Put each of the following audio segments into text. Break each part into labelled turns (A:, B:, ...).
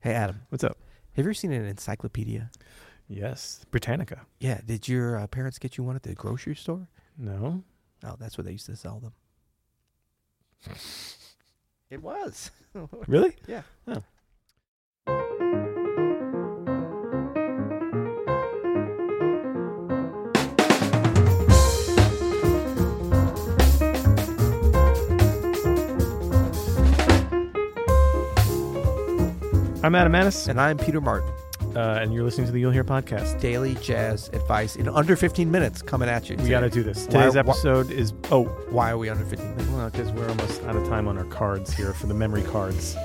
A: Hey Adam,
B: What's up?
A: have you ever seen an encyclopedia?
B: Yes, Britannica.
A: Yeah. Did your uh, parents get you one at the grocery store?
B: No,
A: Oh, that's what they used to sell them. it was.
B: really?
A: yeah.
B: I'm Adam Manis,
A: And I'm Peter Martin.
B: uh, and you're listening to the You'll Hear podcast.
A: Daily jazz advice in under 15 minutes coming at you.
B: We got to do this.
A: Why-
B: Today's
A: why-
B: episode is oh,
A: Why are we under 15 minutes?
B: well, because we're almost out of time on our cards here for the memory cards.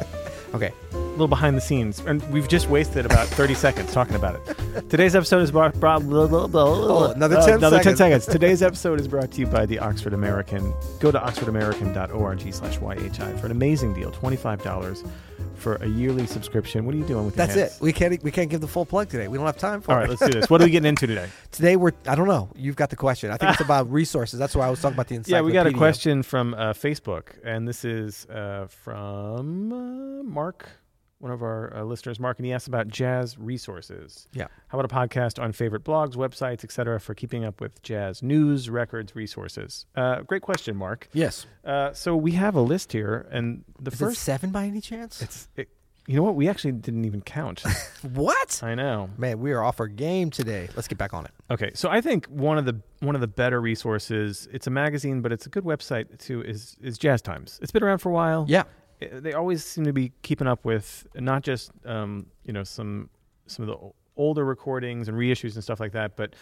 A: Okay.
B: A little behind the scenes, and we've just wasted about 30 seconds talking about it. Today's episode is brought. brought blah, blah, blah, blah,
A: Oh, another
B: uh,
A: 10
B: another 10
A: seconds.
B: seconds. Today's episode is brought to you by the Oxford American. Go to oxfordamerican.org/yhi for an amazing deal, $25 for a yearly subscription. What are you doing with your
A: That's
B: hands?
A: it. We can't e, we can't give the full plug today. We don't have time for
B: All
A: it.
B: right, let's do this. What are we getting into today?
A: Today we're I don't know. You've got the question. I think it's about resources. That's why I was talking about the
B: Yeah,
A: encyclopedia.
B: we got a question from uh, Facebook, and this is uh, from uh, Mark, one of our uh, listeners, Mark, and he asked about jazz resources.
A: Yeah.
B: How about a podcast on favorite blogs, websites, etc., for keeping up with jazz news, records, resources? Uh, great question, Mark.
A: Yes.
B: Uh, so we have a list here, and the
A: Is it
B: first,
A: seven by any chance?
B: it's, it, you know what? We actually didn't even count.
A: what?
B: I know.
A: Man, we are off our game today. Let's get back on it.
B: Okay, so I think one of the one of the better resources. It's a magazine, but it's a good website too. Is is Jazz Times? It's been around for a while.
A: Yeah.
B: Uh, they always seem to be keeping up with not just um, you know some some of the o- older recordings and reissues and stuff like that, but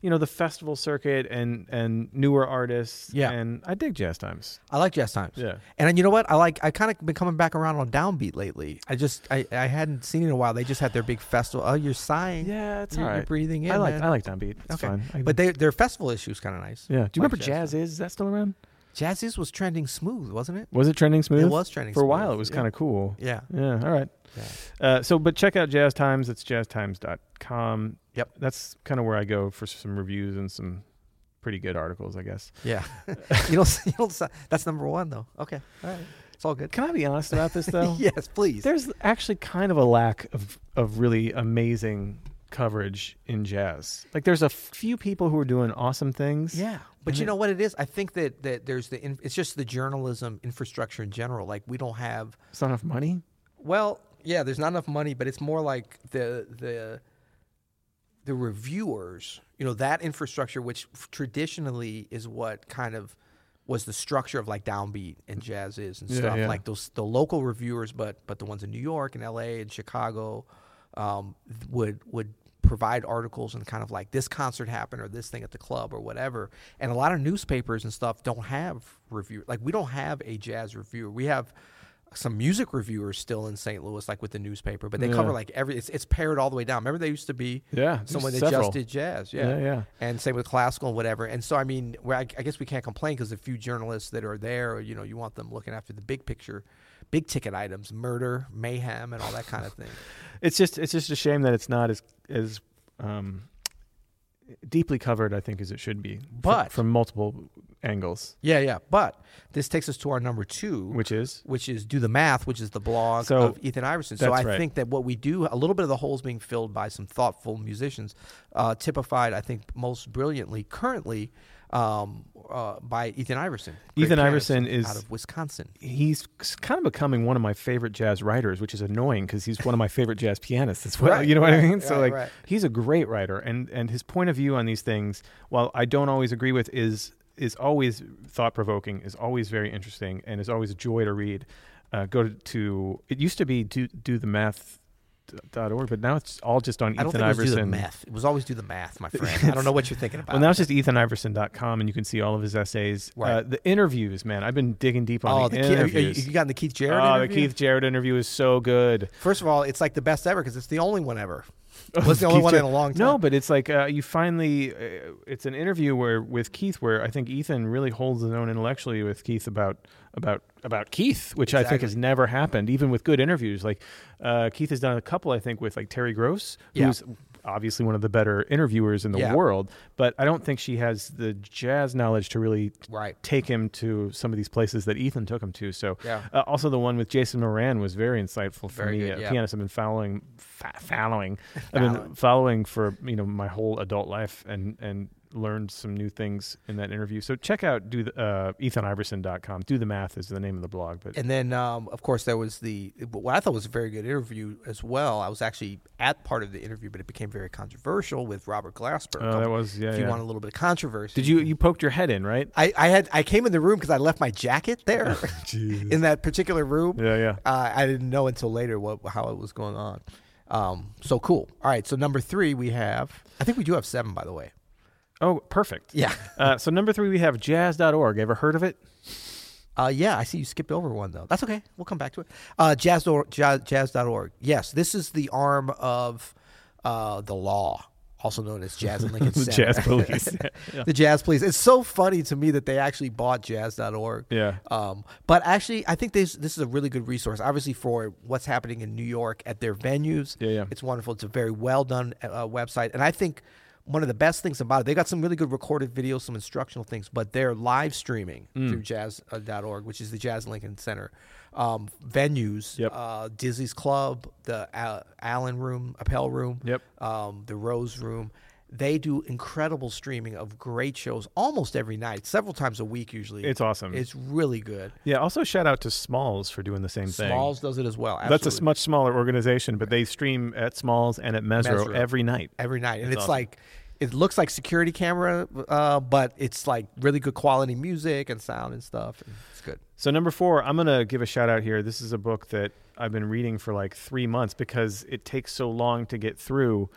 B: you know the festival circuit and and newer artists.
A: Yeah.
B: and I dig Jazz Times.
A: I like jazz times.
B: Yeah.
A: And uh, you know what? I like. I kind of been coming back around on downbeat lately. I just I, I hadn't seen it in a while. They just had their big festival. Oh, you're sighing.
B: Yeah, it's
A: you're, you're breathing in.
B: I like
A: man.
B: I like downbeat. It's
A: Okay.
B: fine. I-
A: But they, their festival issue is kind of nice.
B: yeah, do you
A: like
B: remember
A: Jazz
B: Jazz is? Is that still around?
A: Jazz is was trending smooth, wasn't it?
B: Was it trending smooth?
A: It was trending
B: for a
A: smooth.
B: while. It was
A: Yeah.
B: kind of cool.
A: Yeah.
B: Yeah. All right.
A: Yeah.
B: Uh, so, but check out Jazz Times. It's jazztimes.com.
A: Yep.
B: That's kind of where I go for some reviews and some pretty good articles, I guess.
A: Yeah. you don't. You don't. si- That's number one though. Okay. All right. It's all good.
B: Can I be honest about this, though?
A: yes, please.
B: There's actually kind of a lack of, of really amazing coverage in jazz. Like, there's a few people who are doing awesome things.
A: Yeah, but
B: And
A: you
B: it-
A: know what it is? I think that that there's the in, it's just the journalism infrastructure in general. Like we don't have
B: It's not enough money.
A: well, yeah, there's not enough money, but it's more like the the the reviewers, you know, that infrastructure which f- traditionally is what kind of was the structure of like downbeat and jazz is and
B: Yeah,
A: stuff
B: yeah.
A: like those the local reviewers but but the ones in New York and LA and Chicago um, th- would would provide articles and kind of like this concert happened or this thing at the club or whatever and a lot of newspapers and stuff don't have review like we don't have a jazz reviewer we have some music reviewers still in St. Louis like with the newspaper but they cover
B: Yeah.
A: like every it's, it's pared all the way down remember they used to be
B: Yeah.
A: someone that
B: several.
A: just did jazz yeah.
B: Yeah, yeah.
A: and same with classical and whatever and so i mean well, I, I guess we can't complain because the few journalists that are there you know you want them looking after the big picture big ticket items murder mayhem and all that kind of thing
B: It's just it's just a shame that it's not as as um, deeply covered, I think, as it should be. fr-
A: But-
B: from multiple angles,
A: yeah yeah but this takes us to our number two
B: which is
A: which is do the math, which is the blog
B: So,
A: of Ethan Iverson. So
B: that's
A: I
B: right.
A: think that what we do, a little bit of the holes being filled by some thoughtful musicians, uh, typified, I think, most brilliantly currently um, uh, by Ethan Iverson. great
B: Ethan
A: pianist
B: Iverson is-
A: out of Wisconsin.
B: he's kind of becoming one of my favorite jazz writers, which is annoying because he's one of my favorite jazz pianists as well.
A: Right,
B: you know what I
A: right,
B: mean? so
A: right,
B: like,
A: right.
B: he's a great writer, and and his point of view on these things, while I don't always agree with, is is always thought provoking, is always very interesting, and is always a joy to read. Uh, go to, to it used to be do do the math. Dot org, but now it's all just on
A: I don't
B: Ethan
A: think it was do the
B: Iverson.
A: math. It was always do the math, my friend. I don't know what you're thinking about.
B: Well, now it's just ethaniverson.com, and you can see all of his essays.
A: Right.
B: Uh, the interviews, man. I've been digging deep on
A: oh,
B: the,
A: the Keith, have you-
B: interviews.
A: have you gotten the Keith Jarrett
B: oh, the
A: interview?
B: Keith Jarrett interview is so good.
A: First of all, it's like the best ever because it's the only one ever. Well, it's the only
B: Oh, Keith
A: one in a
B: Jarrett-
A: long time.
B: No, but it's like uh, you finally. Uh, it's an interview where with Keith, where I think Ethan really holds his own intellectually with Keith about about about Keith, which I think
A: Exactly.
B: has never happened, even with good interviews. Like uh, Keith has done a couple, I think, with like Terry Gross,
A: Yeah.
B: who's obviously one of the better interviewers in the
A: Yeah.
B: world, but I don't think she has the jazz knowledge to really
A: Right.
B: take him to some of these places that Ethan took him to. So,
A: Yeah.
B: uh, also the one with Jason Moran was very insightful for
A: Very
B: me.
A: good,
B: A
A: yeah.
B: Pianist, I've been following, fa- following, I've been
A: Following.
B: following for you know my whole adult life, and and learned some new things in that interview. So check out do the, uh, EthanIverson.com. Do the math is the name of the blog, but
A: And then, um, of course, there was the what I thought was a very good interview as well. I was actually at part of the interview, but it became very controversial with Robert Glasper.
B: Oh, that was- yeah,
A: If you
B: yeah.
A: want a little bit of controversy,
B: did you you poked your head in right?
A: I, I had I came in the room because I left my jacket there in that particular room.
B: Oh, Yeah, yeah.
A: Uh, I didn't know until later what how it was going on. Um, so cool. All right. So number three, we have. I think we do have seven, by the way.
B: Oh, perfect.
A: Yeah.
B: Uh, so number three, we have jazz.org. Ever heard of it?
A: Uh, yeah, I see you skipped over one though. That's okay. We'll come back to it. Uh, jazz, jazz, jazz.org. Yes, this is the arm of uh, the law, also known as Jazz and Lincoln Center.
B: Jazz police. Yeah.
A: The Jazz Police. It's so funny to me that they actually bought jazz.org.
B: Yeah.
A: Um, but actually, I think this this is a really good resource, obviously, for what's happening in New York at their venues.
B: Yeah, yeah.
A: It's wonderful. It's a very well done uh, website. And I think one of the best things about it, they got some really good recorded videos, some instructional things, but they're live streaming
B: Hmm.
A: through jazz.org, which is the Jazz Lincoln Center. Um, venues,
B: Yep.
A: uh, Disney's Club, the uh, Allen Room, Appel Room
B: Yep.
A: um, the Rose Room. They do incredible streaming of great shows almost every night, several times a week usually.
B: It's awesome.
A: It's really good.
B: yeah. Also, shout out to Smalls for doing the same thing.
A: Smalls does it as well. Absolutely.
B: That's a s- much smaller organization, but they stream at Smalls and at Mesro,
A: Mesro.
B: every night.
A: every night, and it's,
B: awesome.
A: like it looks like security camera, uh, but it's like really good quality music and sound and stuff. And it's good.
B: So number four, I'm gonna give a shout out here. This is a book that I've been reading for like three months because it takes so long to get through.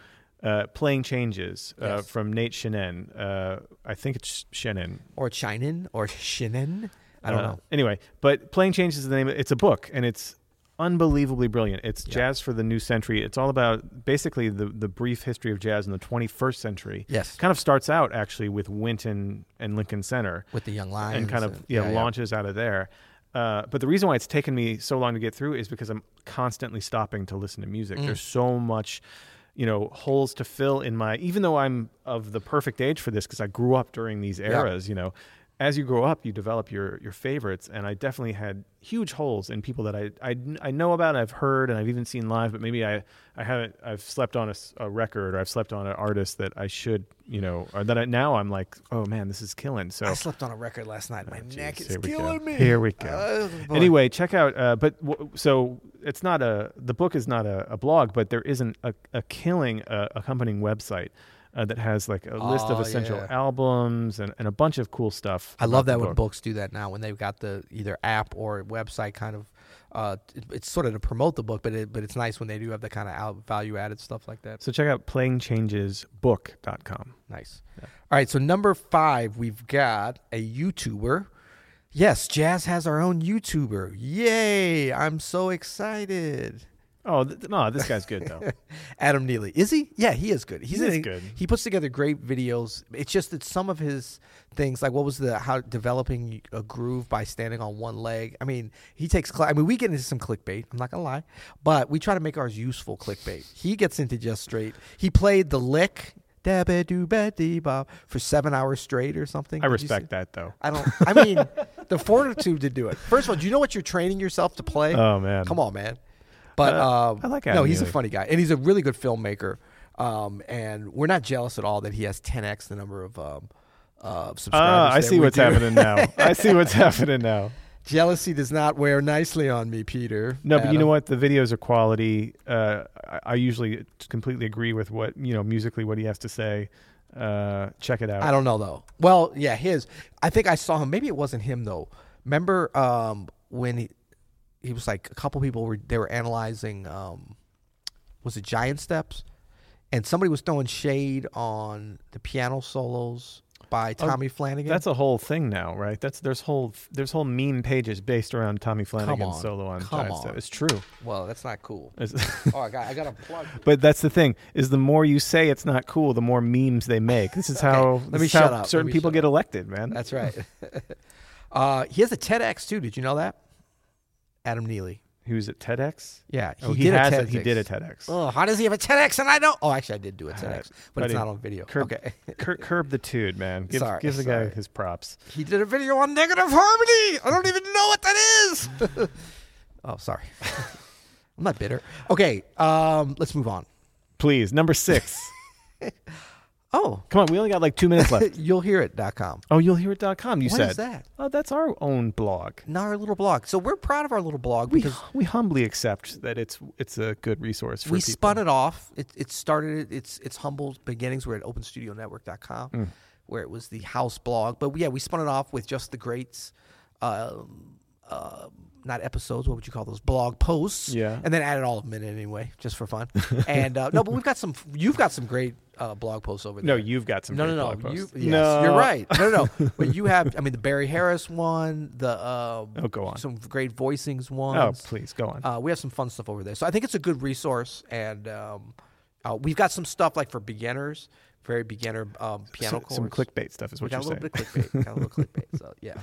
B: Uh, Playing Changes uh,
A: Yes.
B: from Nate Shenan. Uh, I think it's Shenan.
A: Or Chinin or Shinin. I don't
B: Uh,
A: know.
B: Anyway, but Playing Change is the name. Of, it's a book, and it's unbelievably brilliant. It's jazz for the new century. It's all about basically the the brief history of jazz in the 21st century.
A: Yes.
B: kind of starts out actually with Winton and Lincoln Center,
A: With the young lions
B: and kind of
A: and-
B: yeah,
A: yeah, yeah.
B: launches out of there. Uh, but the reason why it's taken me so long to get through is because I'm constantly stopping to listen to music.
A: Mm.
B: There's so much, you know, holes to fill in my. Even though I'm of the perfect age for this because I grew up during these eras, you know, as you grow up, you develop your your favorites, and I definitely had huge holes in people that I I, I know about, I've heard, and I've even seen live, but maybe I I haven't. I've slept on a, s- a record, or I've slept on an artist that I should, you know, or that I, now I'm like, oh man, this is killing. So
A: I slept on a record last night. My neck
B: Oh, Jeez,
A: is
B: we
A: killing
B: go.
A: me.
B: Here we go.
A: Oh, boy.
B: anyway, check out. Uh, but w- so it's not a the book is not a, a blog, but there isn't a, a killing uh, accompanying website uh, that has like a list of
A: Oh,
B: essential
A: yeah.
B: albums and, and a bunch of cool stuff.
A: I
B: about
A: love
B: the
A: that when
B: book.
A: books do that now, when they've got the either app or website kind of. Uh, it- it's sort of to promote the book, but it, but it's nice when they do have the kind of out, value added stuff like that.
B: So check out playingchangesbook.com.
A: Nice. All right, so number five, we've got a YouTuber. Yes, Jazz has our own YouTuber. Yay! I'm so excited.
B: Oh th- no, this guy's good though.
A: Adam Neely. Is he? Yeah, he is good. He's
B: He is
A: in-
B: good.
A: He puts together great videos. It's just that some of his things, like what was the how developing a groove by standing on one leg. I mean, he takes. Cl- I mean, we get into some clickbait. I'm not gonna lie, but we try to make ours useful clickbait. He gets into just straight. He played the lick. da-ba-doo-ba-dee-bop, For seven hours straight or something.
B: I
A: Did you see-
B: respect that though.
A: I don't. I mean, the fortitude to do it. First of all, do you know what you're training yourself to play?
B: Oh, man.
A: come on, man. But
B: Uh,
A: um,
B: I like
A: no,
B: Adam
A: he's a
B: Neely.
A: funny guy, and he's a really good filmmaker. Um, and we're not jealous at all that he has 10x the number of um, uh,
B: Ah,
A: subscribers.
B: I
A: that
B: see
A: we
B: what's
A: do.
B: happening now. I see what's happening now.
A: Jealousy does not wear nicely on me, Peter.
B: No, but you know
A: Adam.
B: what? The videos are quality. Uh, I, I usually completely agree with what you know musically what he has to say. Uh, check it out.
A: I don't know though. Well, yeah, his. I think I saw him. Maybe it wasn't him though. Remember um, when he, he was like a couple people were they were analyzing um, was it Giant Steps, and somebody was throwing shade on the piano solos by Tommy Flanagan.
B: Oh, That's a whole thing now, right? That's there's whole there's whole meme pages based around Tommy Flanagan's
A: on.
B: solo on
A: Come
B: Giant Steps.
A: on.
B: It's true.
A: well, that's not cool.
B: It's-
A: oh, I got I got a plug.
B: but that's the thing is the more you say it's not cool, the more memes they make. This is how
A: let
B: this
A: me
B: is how
A: shut up. Let
B: certain
A: me
B: people
A: shut
B: get elected, man.
A: That's right. uh, he has a TEDx too. Did you know that? Adam Neely.
B: He was at TEDx.
A: Yeah,
B: oh, he, has a- he did a TEDx.
A: Oh, how does he have a TEDx and I don't? Oh, actually, I did do a TEDx, but it's
B: buddy,
A: not on video.
B: Curb,
A: okay.
B: cur- curb the tude, man. Give,
A: Sorry,
B: give the
A: sorry.
B: guy his props.
A: He did a video on negative harmony. I don't even know what that is. oh, sorry. I'm not bitter. Okay, um, let's move on.
B: Please, number six.
A: Oh,
B: Come on, we only got like two minutes left.
A: you'll hear it.com.
B: Oh, you'll hear it. dot com. You
A: What
B: said
A: is that?
B: Oh, that's our own blog.
A: Now our little blog. So we're proud of our little blog
B: We,
A: because
B: we humbly accept that it's it's a good resource for
A: we
B: people.
A: spun it off. It, it started its its humble beginnings. We're at OpenStudioNetwork.com,
B: Mm.
A: where it was the house blog. But yeah, we spun it off with just the greats, um, uh, not episodes. What would you call those blog posts?
B: Yeah.
A: and then added all of them in anyway, just for fun. and uh, no, but we've got some. You've got some great uh, blog posts over there.
B: No, you've got some.
A: No,
B: great
A: no, no.
B: blog posts.
A: You, yes, you're right. No, no, no. but you have, I mean, the Barry Harris one, the uh,
B: Oh, go on.
A: some great voicings
B: Oh,
A: ones.
B: please go on.
A: Uh, we have some fun stuff over there. So I think it's a good resource, and um, uh, we've got some stuff like for beginners, very beginner um, piano
B: So-
A: chords.
B: some clickbait stuff is
A: We
B: what
A: got a
B: you're
A: little
B: saying.
A: bit of clickbait. got a little clickbait. So yeah.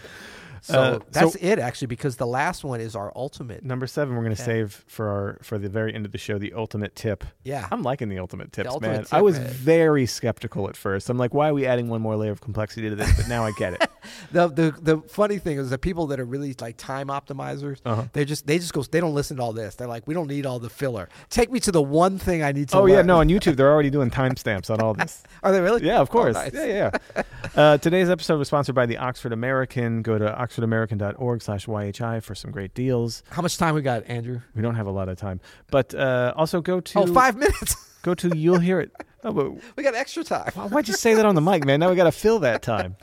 A: So
B: Uh,
A: that's
B: so-
A: it actually, because the last one is our ultimate.
B: Number seven, we're going to save for our for the very end of the show the ultimate tip.
A: Yeah.
B: I'm liking the ultimate tips,
A: ultimate
B: man.
A: tip,
B: I was
A: man.
B: very skeptical at first. I'm like, why are we adding one more layer of complexity to this? But now I get it.
A: The, the the funny thing is the people that are really like time optimizers,
B: Uh-huh.
A: they just they just go they don't listen to all this. They're like, we don't need all the filler. Take me to the one thing I need to.
B: oh yeah,
A: learn."
B: no, on YouTube they're already doing timestamps on all this.
A: Are they really?
B: Yeah, of
A: Oh,
B: course.
A: nice.
B: Yeah, yeah. yeah. uh, today's episode was sponsored by the Oxford American. Go to oxfordamerican.org/yhi for some great deals.
A: How much time we got, Andrew?
B: We don't have a lot of time, but uh, also go to
A: Oh, five minutes.
B: go to you'll hear it. Oh, but
A: we got extra time.
B: why- why'd you say that on the mic, man? Now we got to fill that time.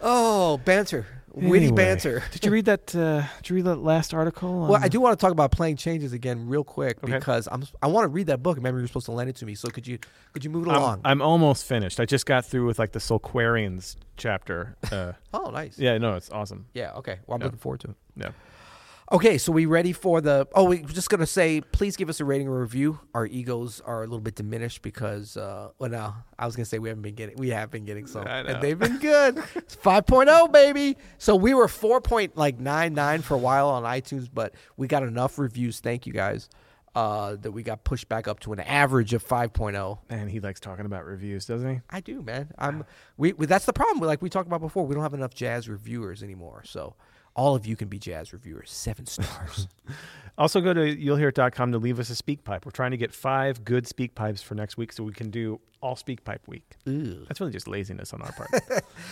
A: Oh, banter. Witty
B: Anyway,
A: banter.
B: Did you read that? Uh, did you read that last article?
A: Well,
B: on-
A: I do want to talk about playing changes again real quick
B: Okay.
A: because I'm I want to read that book. Remember, you were supposed to lend it to me. So could you could you move it
B: I'm,
A: along?
B: I'm almost finished. I just got through with like the Sulquarians chapter. Uh,
A: oh, nice.
B: yeah, no, it's awesome.
A: Yeah, Okay. Well, I'm
B: Yeah.
A: looking forward to it.
B: Yeah.
A: Okay, so we ready for the? Oh, we're just gonna say, please give us a rating or review. Our egos are a little bit diminished because, uh, well, no, I was gonna say we haven't been getting, we have been getting some,
B: I know.
A: and they've been good. It's 5.0, baby. So we were 4.99 for a while on iTunes, but we got enough reviews. Thank you guys. Uh, that we got pushed back up to an average of 5.0.
B: Man, he likes talking about reviews, doesn't he?
A: I do, man. I'm we, we that's the problem. Like we talked about before, we don't have enough jazz reviewers anymore. So all of you can be jazz reviewers. Seven stars.
B: Also, go to you'llhearit.com to leave us a speak pipe. We're trying to get five good speak pipes for next week, so we can do all speak pipe week.
A: Ew.
B: That's really just laziness on our part.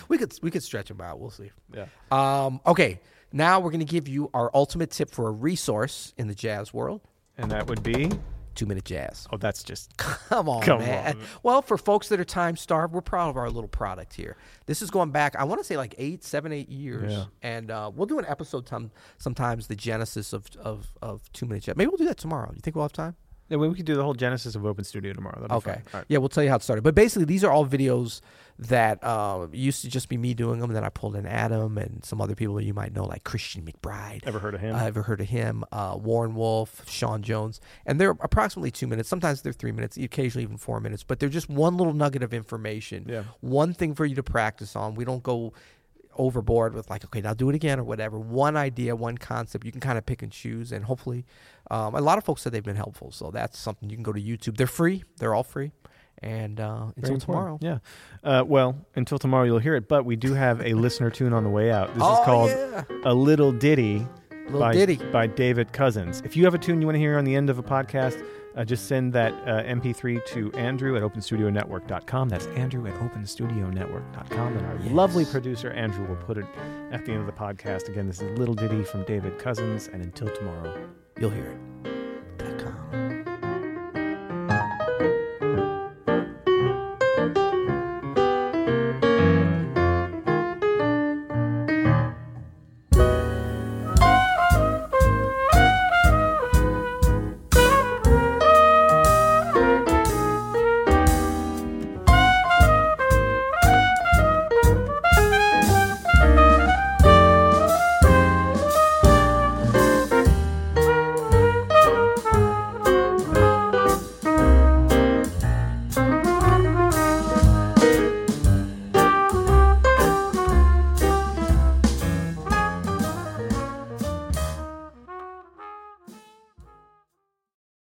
A: We could we could stretch them out. We'll see.
B: yeah.
A: Um, okay, now we're going to give you our ultimate tip for a resource in the jazz world:
B: And that would be.
A: two minute jazz.
B: Oh, that's just.
A: Come on,
B: Come
A: man.
B: on.
A: Well, for folks that are time starved, we're proud of our little product here. This is going back, I want to say like eight, seven, eight years,
B: Yeah.
A: and uh, we'll do an episode time sometimes the genesis of of, of two minute jazz. Maybe we'll do that tomorrow. You think we'll have time?
B: Yeah, we we could do the whole genesis of Open Studio tomorrow. That'd be
A: Okay.
B: fun. All right.
A: Yeah, we'll tell you how it started. But basically, these are all videos that uh, used to just be me doing them. Then I pulled in Adam and some other people you might know, like Christian McBride.
B: Ever heard of him?
A: I ever heard of him? Uh, Warren Wolf, Sean Jones, and they're approximately two minutes. Sometimes they're three minutes, occasionally even four minutes. But they're just one little nugget of information.
B: Yeah.
A: One thing for you to practice on. We don't go overboard with like, okay, now do it again or whatever. One idea, one concept. You can kind of pick and choose, and hopefully, um, a lot of folks said they've been helpful. So that's something you can go to YouTube. They're free. They're all free. And uh,
B: Very
A: until tomorrow.
B: important. Yeah. Uh, well, until tomorrow, you'll hear it. But we do have a listener tune on the way out. This
A: Oh,
B: is called
A: yeah.
B: "A Little Ditty."
A: Little
B: by,
A: ditty.
B: by David Cousins. If you have a tune you want to hear on the end of a podcast, uh, just send that uh, MP3 to Andrew at OpenStudioNetwork.com. That's Andrew at OpenStudioNetwork.com, and our lovely producer Andrew will put it at the end of the podcast. Again, this is "Little Ditty" from David Cousins, and until tomorrow,
A: You'll hear it.